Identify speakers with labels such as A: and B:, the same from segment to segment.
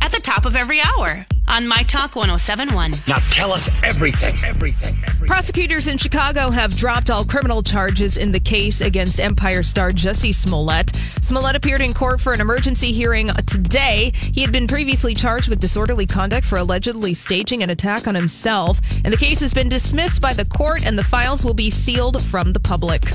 A: at the top of every hour on My Talk 1071.
B: Now tell us everything, everything, everything.
C: Prosecutors in Chicago have dropped all criminal charges in the case against Empire star Jesse Smollett. Smollett appeared in court for an emergency hearing today. He had been previously charged with disorderly conduct for allegedly staging an attack on himself, and the case has been dismissed by the court and the files will be sealed from the public.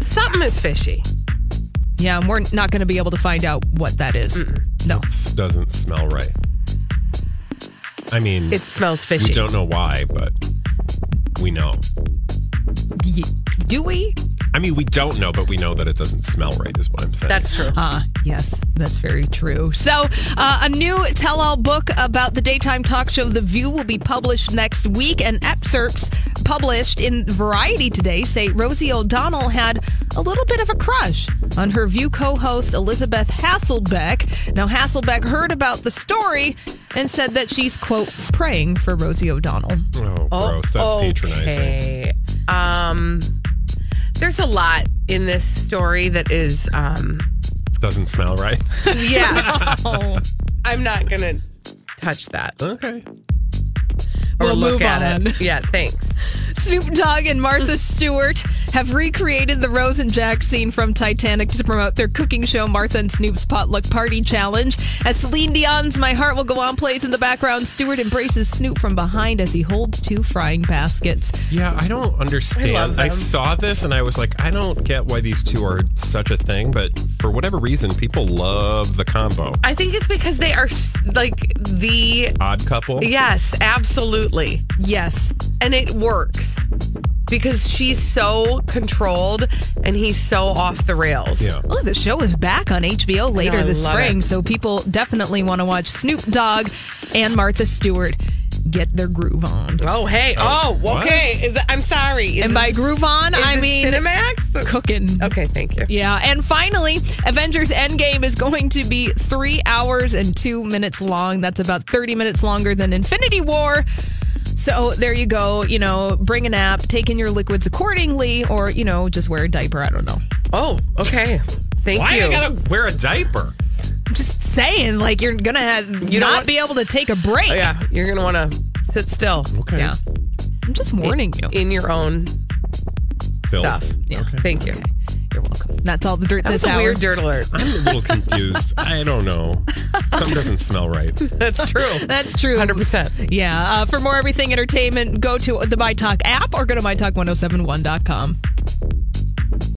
D: Something is fishy.
C: Yeah, and we're not going to be able to find out what that is. No.
E: doesn't smell right. I mean,
D: It smells
E: we
D: fishy.
E: don't know why, but we know.
C: Y- Do we?
E: I mean, we don't know, but we know that it doesn't smell right, is what I'm saying.
D: That's true.
C: Ah, yes, that's very true. So, uh, a new tell all book about the daytime talk show The View will be published next week, and excerpts published in Variety today say Rosie O'Donnell had a little bit of a crush on her View co host Elizabeth Hasselbeck. Now, Hasselbeck heard about the story and said that she's, quote, praying for Rosie O'Donnell.
E: oh, gross. That's patronizing.
D: Okay. Um, there's a lot in this story that is, um,
E: Doesn't smell right.
D: yes. I'm not going to touch that or
E: Okay.
C: We'll
D: look
C: move
D: at
C: on.
D: it. Yeah, thanks.
C: Snoop Dogg and Martha Stewart have recreated the Rose and Jack scene from Titanic to promote their cooking show, Martha and Snoop's Potluck Party Challenge. As Celine Dion's My Heart Will Go On plays in the background, Stewart embraces Snoop from behind as he holds two frying baskets.
E: Yeah, I don't understand. I,
D: them.
E: saw this and I was like, I don't get why these two are such a thing, but for whatever reason, people love the combo.
D: I think it's because they are s- like the,
E: Odd couple.
D: yes, absolutely.
C: Yes.
D: And it works because she's so controlled and he's so off the rails.
E: Yeah.
C: Look, Oh, the show is back on HBO later
D: I
C: this
D: love
C: spring,
D: it.
C: so people definitely want to watch Snoop Dogg and Martha Stewart get their groove on.
D: Oh, hey. Oh,
E: what?
D: okay. Is it, I'm sorry. Is
C: And
D: it-
C: by groove on,
D: is
C: I
D: it
C: mean
D: Cinemax.
C: cooking.
D: Okay, thank you.
C: Yeah, and finally, Avengers Endgame is going to be three hours and two minutes long. That's about 30 minutes longer than Infinity War. So there you go. You know, bring a nap, take in your liquids accordingly, or, you know, just wear a diaper. I don't know.
D: Oh, okay. Thank
E: Why
D: you.
E: do I gotta wear a diaper?
C: I'm just saying, like, you're going to have you
D: know
C: not
D: what?
C: be able to take a break.
D: Oh, yeah, you're gonna want to sit still
E: Okay.
C: Yeah. I'm just warning you.
D: in your own
E: Phil,
D: stuff.
C: Yeah.
D: Thank you.
C: You're welcome. That's all the dirt
D: That
C: this
D: was a
C: hour.
D: weird dirt alert.
E: I'm a little confused. I don't know. Something doesn't smell right.
D: That's true.
C: That's true.
D: Hundred percent.
C: oh Yeah. Uh, for more everything entertainment, go to the My Talk app or go to MyTalk1071.com.